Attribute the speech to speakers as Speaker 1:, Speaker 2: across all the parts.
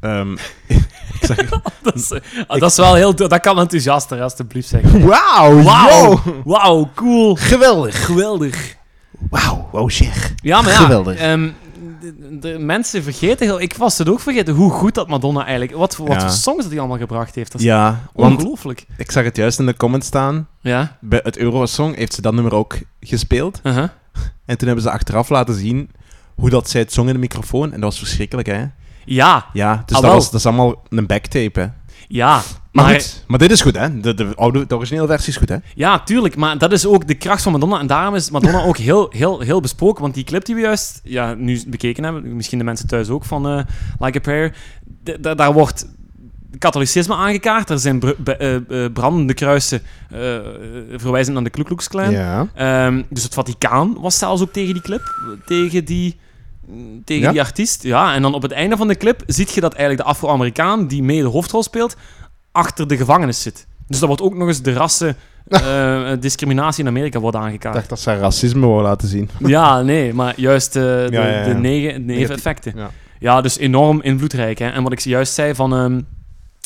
Speaker 1: Ehm, ik zeg,
Speaker 2: Dat is, ah, dat is wel heel... Dat kan enthousiaster, alstublieft, zeggen.
Speaker 1: wauw,
Speaker 2: Wauw!
Speaker 1: yo.
Speaker 2: Wauw, cool.
Speaker 1: geweldig.
Speaker 2: Geweldig.
Speaker 1: Wauw, wow zeg.
Speaker 2: Ja, maar ja.
Speaker 1: Geweldig.
Speaker 2: ehm, de, de mensen vergeten heel... Ik was het ook vergeten hoe goed dat Madonna eigenlijk... Wat, voor- wat
Speaker 1: Ja.
Speaker 2: voor songs dat die allemaal gebracht heeft. Dat is
Speaker 1: Ja, want
Speaker 2: ongelooflijk.
Speaker 1: ik zag het juist in de comments staan.
Speaker 2: Ja.
Speaker 1: Bij het Eurosong heeft ze dat nummer ook gespeeld.
Speaker 2: uh-huh.
Speaker 1: En toen hebben ze achteraf laten zien hoe dat zij het zong in de microfoon. En dat was verschrikkelijk, hè?
Speaker 2: Ja,
Speaker 1: Ja, dus dat,
Speaker 2: Ah, wel.
Speaker 1: was, dat is allemaal een backtape, hè?
Speaker 2: ja.
Speaker 1: Maar,
Speaker 2: Maar,
Speaker 1: goed, maar dit is goed, hè? De, de, oude, de originele versie is goed, hè?
Speaker 2: ja, tuurlijk. Maar dat is ook de kracht van Madonna. En daarom is Madonna ook heel, heel, heel besproken. Want die clip die we juist ja, nu bekeken hebben, misschien de mensen thuis ook van eh, Like a Prayer, d- d- daar wordt katholicisme aangekaart. Er zijn br- be- eh, eh, brandende kruisen eh, eh, verwijzend naar de Ku Klux Klan.
Speaker 1: Ja.
Speaker 2: Ehm, dus het Vaticaan was zelfs ook tegen die clip, tegen die, tegen
Speaker 1: Ja?
Speaker 2: die artiest. Ja, en dan op het einde van de clip ziet je dat eigenlijk de Afro-Amerikaan, die mee de hoofdrol speelt, achter de gevangenis zit. Dus dat wordt ook nog eens de rassen, eh, discriminatie in Amerika wordt
Speaker 1: Ik
Speaker 2: aangekaart.
Speaker 1: dacht dat ze haar racisme wou laten zien.
Speaker 2: Ja, nee, maar juist eh, de,
Speaker 1: Ja, ja, ja.
Speaker 2: de negen- de
Speaker 1: Negatief,
Speaker 2: neveneffecten.
Speaker 1: ja.
Speaker 2: Ja. dus enorm invloedrijk. Hè? En wat ik juist zei van ehm,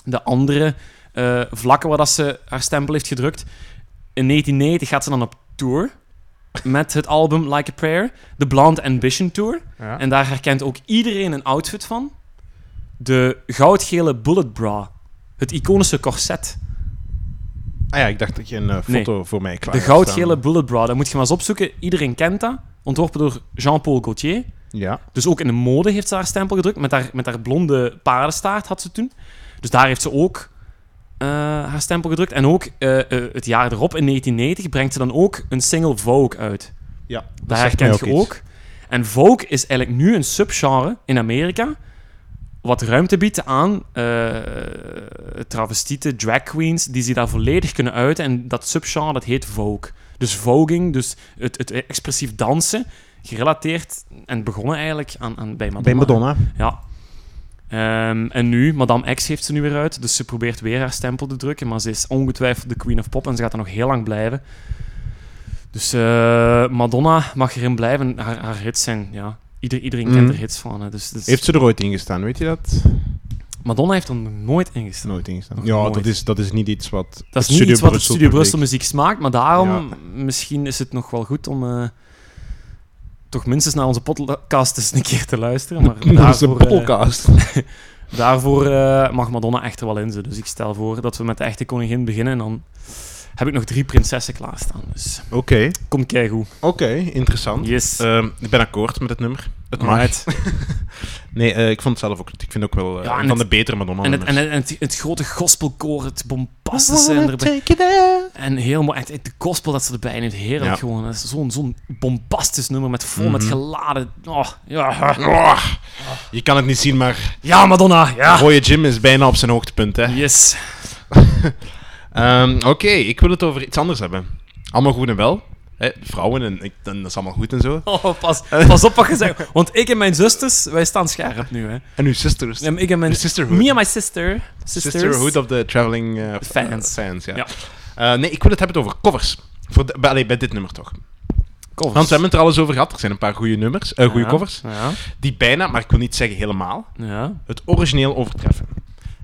Speaker 2: de andere eh, vlakken waar dat ze haar stempel heeft gedrukt. In 1990 gaat ze dan op tour met het album Like a Prayer, de Blonde Ambition Tour.
Speaker 1: Ja.
Speaker 2: En daar herkent ook iedereen een outfit van. De goudgele bullet bra. Het iconische corset.
Speaker 1: Ah ja, ik dacht dat je een eh, foto voor mij klaar
Speaker 2: De
Speaker 1: had staan.
Speaker 2: goudgele bullet bra. Dat moet je maar eens opzoeken. Iedereen kent dat. Ontworpen door Jean-Paul Gaultier.
Speaker 1: Ja.
Speaker 2: Dus ook in de mode heeft ze haar stempel gedrukt. Met haar, met haar blonde paardenstaart had ze toen. Dus daar heeft ze ook eh, haar stempel gedrukt. En ook eh, eh, het jaar erop, in 1990, brengt ze dan ook een single Vogue uit.
Speaker 1: ja
Speaker 2: Daar
Speaker 1: zegt
Speaker 2: herkent
Speaker 1: mij
Speaker 2: je
Speaker 1: iets.
Speaker 2: ook. En Vogue is eigenlijk nu een subgenre in Amerika. Wat ruimte biedt aan eh travestieten, drag queens, die zich daar volledig kunnen uiten. En dat subgenre dat heet Vogue. Dus voging, dus het, het expressief dansen, gerelateerd en begonnen eigenlijk aan, aan, bij Madonna.
Speaker 1: Bij Madonna.
Speaker 2: Ja. Ehm, en nu, Madame X heeft ze nu weer uit, dus ze probeert weer haar stempel te drukken, maar ze is ongetwijfeld de Queen of Pop en ze gaat er nog heel lang blijven. Dus eh, Madonna mag erin blijven, haar, haar hits zijn, ja. Ieder, iedereen kent
Speaker 1: Mhm.
Speaker 2: er hits van, hè, dus, dus-
Speaker 1: Heeft ze er ooit in gestaan, weet je dat?
Speaker 2: Madonna heeft er nog nooit in gestaan.
Speaker 1: Nooit in gestaan.
Speaker 2: Nog
Speaker 1: Ja,
Speaker 2: nooit.
Speaker 1: dat is, dat is niet iets wat...
Speaker 2: Dat is niet
Speaker 1: Studio
Speaker 2: iets wat het
Speaker 1: Brussel
Speaker 2: Studio
Speaker 1: publiek-
Speaker 2: Brussel muziek smaakt, maar daarom
Speaker 1: Ja.
Speaker 2: misschien is het nog wel goed om eh, toch minstens naar onze podcast eens een keer te luisteren. Maar
Speaker 1: Dat is een
Speaker 2: daarvoor, eh,
Speaker 1: podcast.
Speaker 2: daarvoor eh, mag Madonna echt er wel in zitten. Dus ik stel voor dat we met de echte koningin beginnen en dan heb ik nog drie prinsessen klaarstaan. Dus
Speaker 1: Oké,
Speaker 2: kom keigoed.
Speaker 1: oké, interessant.
Speaker 2: Yes.
Speaker 1: Ehm, ik ben akkoord met het nummer. Het mag.
Speaker 2: Alright.
Speaker 1: Nee, eh, ik vond het zelf ook goed. Ik vind het ook wel eh,
Speaker 2: Ja, en
Speaker 1: een van
Speaker 2: het-
Speaker 1: de betere Madonna
Speaker 2: En, het, en,
Speaker 1: nummers.
Speaker 2: het, en het, het grote gospelkoor, het bombastische. En, erbij- en heel mooi. En het- de gospel dat ze erbij neemt, heerlijk
Speaker 1: Ja. Mhm.
Speaker 2: gewoon. Dat is zo'n zo'n bombastisch nummer met vol met geladen. Oh, ja.
Speaker 1: Oh, je kan het niet zien, maar
Speaker 2: ja, Madonna. Ja.
Speaker 1: Roye Jim is bijna op zijn hoogtepunt. hè.
Speaker 2: Yes.
Speaker 1: Ehm, Oké, ik wil het over iets anders hebben. Allemaal goed en wel. Hè, vrouwen, en, ik, en dat is allemaal goed en zo.
Speaker 2: Oh, pas, pas op wat je zegt. Want ik en mijn zusters, wij staan scherp nu. Hè.
Speaker 1: En uw sisters.
Speaker 2: Ja, maar Ik en mijn...
Speaker 1: De sisterhood.
Speaker 2: Me and my sister. Sisters.
Speaker 1: Sisterhood of the Traveling eh, f-
Speaker 2: Fans.
Speaker 1: eh, fans ja.
Speaker 2: Ja.
Speaker 1: Eh, nee, ik wil het hebben over covers. Voor de, bij, allee, bij dit nummer toch.
Speaker 2: Covers.
Speaker 1: Want we hebben het er al eens over gehad. Er zijn een paar goede nummers, eh, goede
Speaker 2: Ja,
Speaker 1: covers.
Speaker 2: Ja.
Speaker 1: Die bijna, maar ik wil niet zeggen helemaal,
Speaker 2: Ja.
Speaker 1: het origineel overtreffen.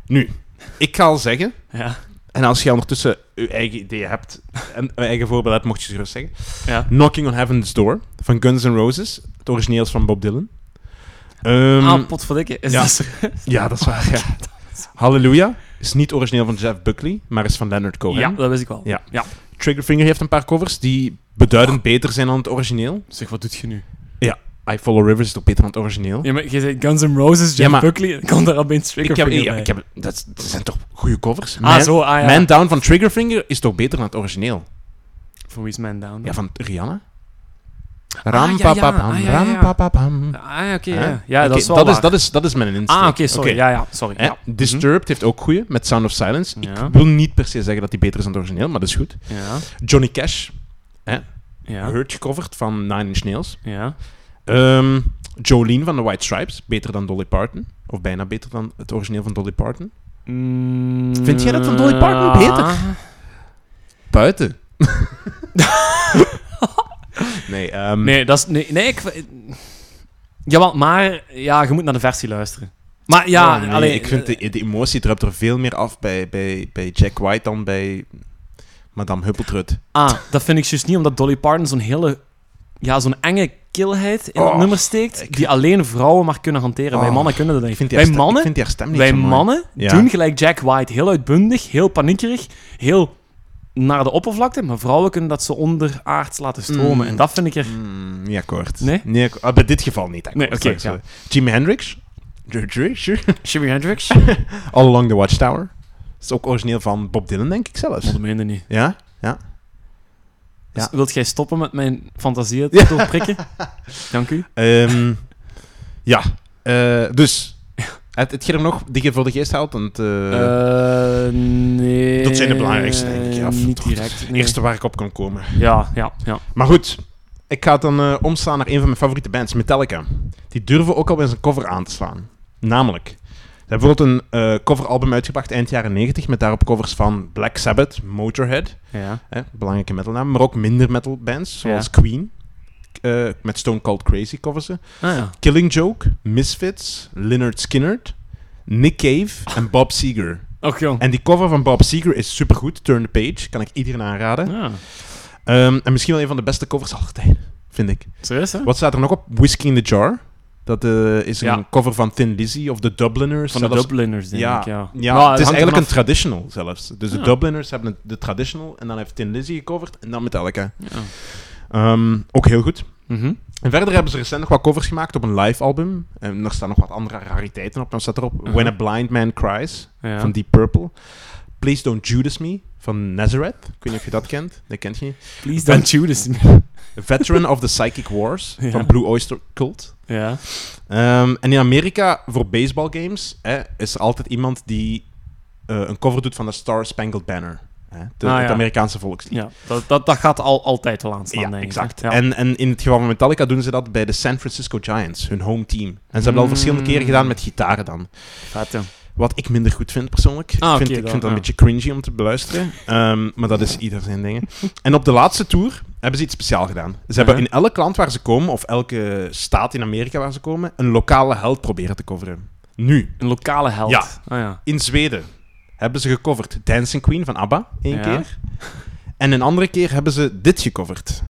Speaker 1: Nu, ik ga al zeggen,
Speaker 2: Ja.
Speaker 1: en als je ondertussen je eigen idee hebt en een eigen voorbeeld hebt, mocht je het gerust zeggen.
Speaker 2: ja.
Speaker 1: Knocking on Heaven's Door van Guns N' Roses. Het origineel is van Bob Dylan. Ehm,
Speaker 2: ah, potverdikke. Is
Speaker 1: ja.
Speaker 2: dat zo?
Speaker 1: ja, dat is waar. Ja. Halleluja is niet origineel van Jeff Buckley, maar is van Leonard Cohen.
Speaker 2: ja, dat wist ik wel.
Speaker 1: Ja.
Speaker 2: ja.
Speaker 1: Triggerfinger heeft een paar covers die
Speaker 2: Ah.
Speaker 1: beduidend beter zijn dan het origineel.
Speaker 2: Zeg, wat doet je nu?
Speaker 1: I Follow Rivers is toch beter dan het origineel?
Speaker 2: Ja, maar je zei Guns N' Roses, Jeff
Speaker 1: Ja, maar-
Speaker 2: Buckley, komt daar opeens
Speaker 1: ik
Speaker 2: Trigger
Speaker 1: heb,
Speaker 2: Finger
Speaker 1: ja,
Speaker 2: bij.
Speaker 1: ik heb, dat, dat zijn toch goede covers?
Speaker 2: Ah, zo, ah ja.
Speaker 1: Man Down van Triggerfinger is toch beter dan het origineel?
Speaker 2: Voor wie is Man Down?
Speaker 1: Ja, van Rihanna?
Speaker 2: ja,
Speaker 1: Ram,
Speaker 2: ja,
Speaker 1: pa, pa, pam,
Speaker 2: ah, ja,
Speaker 1: ram,
Speaker 2: ja.
Speaker 1: pa, pa, pam.
Speaker 2: Ah, ja, oké.
Speaker 1: Hè?
Speaker 2: ja. ja,
Speaker 1: Oké,
Speaker 2: dat is wel
Speaker 1: dat,
Speaker 2: waar.
Speaker 1: is, dat, is, dat is mijn instinct.
Speaker 2: Ah, oké, sorry.
Speaker 1: Oké.
Speaker 2: Ja, ja, sorry.
Speaker 1: Hè?
Speaker 2: Ja.
Speaker 1: Disturbed heeft ook goeie met Sound of Silence.
Speaker 2: Ja.
Speaker 1: Ik wil niet per se zeggen dat die beter is dan het origineel, maar dat is goed.
Speaker 2: Ja.
Speaker 1: Johnny Cash,
Speaker 2: Ja.
Speaker 1: Hurt gecoverd van Nine Inch Nails.
Speaker 2: Ja.
Speaker 1: Ehm, Jolene van de White Stripes, beter dan Dolly Parton. Of bijna beter dan het origineel van Dolly Parton. Vind jij dat
Speaker 2: Mm,
Speaker 1: van Dolly Parton
Speaker 2: ah.
Speaker 1: beter? Buiten. nee, ehm,
Speaker 2: Nee, dat is... Nee, nee ik... Jawel, maar ja, je moet naar de versie luisteren. Maar ja,
Speaker 1: Oh, nee,
Speaker 2: alleen,
Speaker 1: ik vind de, de emotie druipt er veel meer af bij, bij, bij Jack White dan bij Madame Huppeltrut.
Speaker 2: Ah, dat vind ik juist niet, omdat Dolly Parton zo'n hele... Ja, zo'n enge kilheid in het
Speaker 1: Oh,
Speaker 2: nummer steekt,
Speaker 1: ik-
Speaker 2: die alleen vrouwen maar kunnen hanteren. Wij
Speaker 1: Oh,
Speaker 2: mannen kunnen dat
Speaker 1: Ik
Speaker 2: niet.
Speaker 1: vind die
Speaker 2: Wij
Speaker 1: haar stem-
Speaker 2: mannen,
Speaker 1: ik vind die haar stem niet
Speaker 2: wij
Speaker 1: zo mooi.
Speaker 2: mannen
Speaker 1: Ja.
Speaker 2: doen gelijk Jack White. Heel uitbundig, heel paniekerig, heel naar de oppervlakte. Maar vrouwen kunnen dat zo onderaards laten stromen.
Speaker 1: Mm.
Speaker 2: En dat vind ik er...
Speaker 1: Mm, niet akkoord.
Speaker 2: Nee?
Speaker 1: akko- ah, bij dit geval niet akkoord.
Speaker 2: Nee,
Speaker 1: sorry,
Speaker 2: oké,
Speaker 1: sorry. Jimi Hendrix.
Speaker 2: Jimi Hendrix?
Speaker 1: All Along the Watchtower. is ook origineel van Bob Dylan, denk ik zelfs.
Speaker 2: Dat meende niet.
Speaker 1: Ja?
Speaker 2: Dus
Speaker 1: Ja.
Speaker 2: wilt jij stoppen met mijn fantasieën te
Speaker 1: Ja.
Speaker 2: doorprikken? Dank u.
Speaker 1: Ehm, ja. Eh, dus... Het, hetgeen er nog die je voor de geest houdt, want... eh,
Speaker 2: Eh, nee.
Speaker 1: dat zijn de belangrijkste, denk ik. Ja,
Speaker 2: niet
Speaker 1: toch,
Speaker 2: direct.
Speaker 1: Het
Speaker 2: nee.
Speaker 1: eerste waar ik op kan komen.
Speaker 2: Ja, ja, ja.
Speaker 1: Maar goed, ik ga het dan eh, omslaan naar een van mijn favoriete bands, Metallica. Die durven ook al eens een cover aan te slaan. Namelijk, ze hebben bijvoorbeeld een eh, coveralbum uitgebracht eind jaren 90 met daarop covers van Black Sabbath, Motorhead,
Speaker 2: ja.
Speaker 1: hè, belangrijke metalnaam, maar ook minder metal bands zoals Queen, eh, met Stone Cold Crazy covers ze,
Speaker 2: Ah, ja.
Speaker 1: Killing Joke, Misfits, Lynyrd Skynyrd, Nick Cave en Bob Seger.
Speaker 2: Och, jong.
Speaker 1: En die cover van Bob Seger is supergoed, Turn the Page, kan ik iedereen aanraden.
Speaker 2: Ja.
Speaker 1: Ehm, en misschien wel een van de beste covers aller tijden, vind ik.
Speaker 2: Serieus, hè?
Speaker 1: Wat staat er nog op? Whiskey in the Jar. Dat eh, is een
Speaker 2: Ja.
Speaker 1: cover van Thin Lizzy of de Dubliners.
Speaker 2: Van de
Speaker 1: zelfs.
Speaker 2: Dubliners, denk
Speaker 1: ja,
Speaker 2: ik, ja.
Speaker 1: ja,
Speaker 2: Nou,
Speaker 1: het is
Speaker 2: hangt
Speaker 1: eigenlijk een
Speaker 2: ervan
Speaker 1: traditional zelfs. Dus
Speaker 2: Ja.
Speaker 1: de Dubliners hebben het- de traditional en dan heeft Thin Lizzy gecoverd en dan Metallica.
Speaker 2: af. Ja.
Speaker 1: Ehm ook heel goed.
Speaker 2: Mhm.
Speaker 1: En verder hebben ze recent nog wat covers gemaakt op een live album. En er staan nog wat andere rariteiten op. Dan staat erop
Speaker 2: Mhm.
Speaker 1: When a Blind Man Cries
Speaker 2: Ja.
Speaker 1: van Deep Purple. Please Don't Judas Me van Nazareth. Ik weet niet of je dat kent. Dat kent je niet.
Speaker 2: Please don't shoot us.
Speaker 1: Veteran of the Psychic Wars
Speaker 2: Ja.
Speaker 1: van Blue Oyster Cult.
Speaker 2: ja.
Speaker 1: Ehm, en in Amerika, voor baseballgames, hè, is er altijd iemand die eh, een cover doet van de Star Spangled Banner. Hè, de,
Speaker 2: Ah,
Speaker 1: Het
Speaker 2: ja.
Speaker 1: Amerikaanse volkslied.
Speaker 2: ja. Dat, dat, dat gaat al, altijd wel aanslaan,
Speaker 1: Ja,
Speaker 2: denk ik. hè?
Speaker 1: exact.
Speaker 2: Ja.
Speaker 1: En, en in het geval van Metallica doen ze dat bij de San Francisco Giants, hun home team. En ze hebben dat al verschillende
Speaker 2: Mm.
Speaker 1: keren gedaan met gitaren dan.
Speaker 2: Vet, ja.
Speaker 1: Wat ik minder goed vind persoonlijk.
Speaker 2: Ah,
Speaker 1: ik
Speaker 2: oké,
Speaker 1: vind, ik
Speaker 2: dan,
Speaker 1: vind dat
Speaker 2: ja.
Speaker 1: een beetje cringy om te beluisteren. Ehm, maar dat is ieder zijn dingen. En op de laatste tour hebben ze iets speciaal gedaan. Ze hebben
Speaker 2: Uh-huh.
Speaker 1: in elk land waar ze komen, of elke staat in Amerika waar ze komen, een lokale held proberen te coveren. Nu,
Speaker 2: Een lokale held.
Speaker 1: Ja.
Speaker 2: Ah, ja.
Speaker 1: In Zweden hebben ze gecoverd Dancing Queen van ABBA, één
Speaker 2: Ja.
Speaker 1: keer. En een andere keer hebben ze dit gecoverd.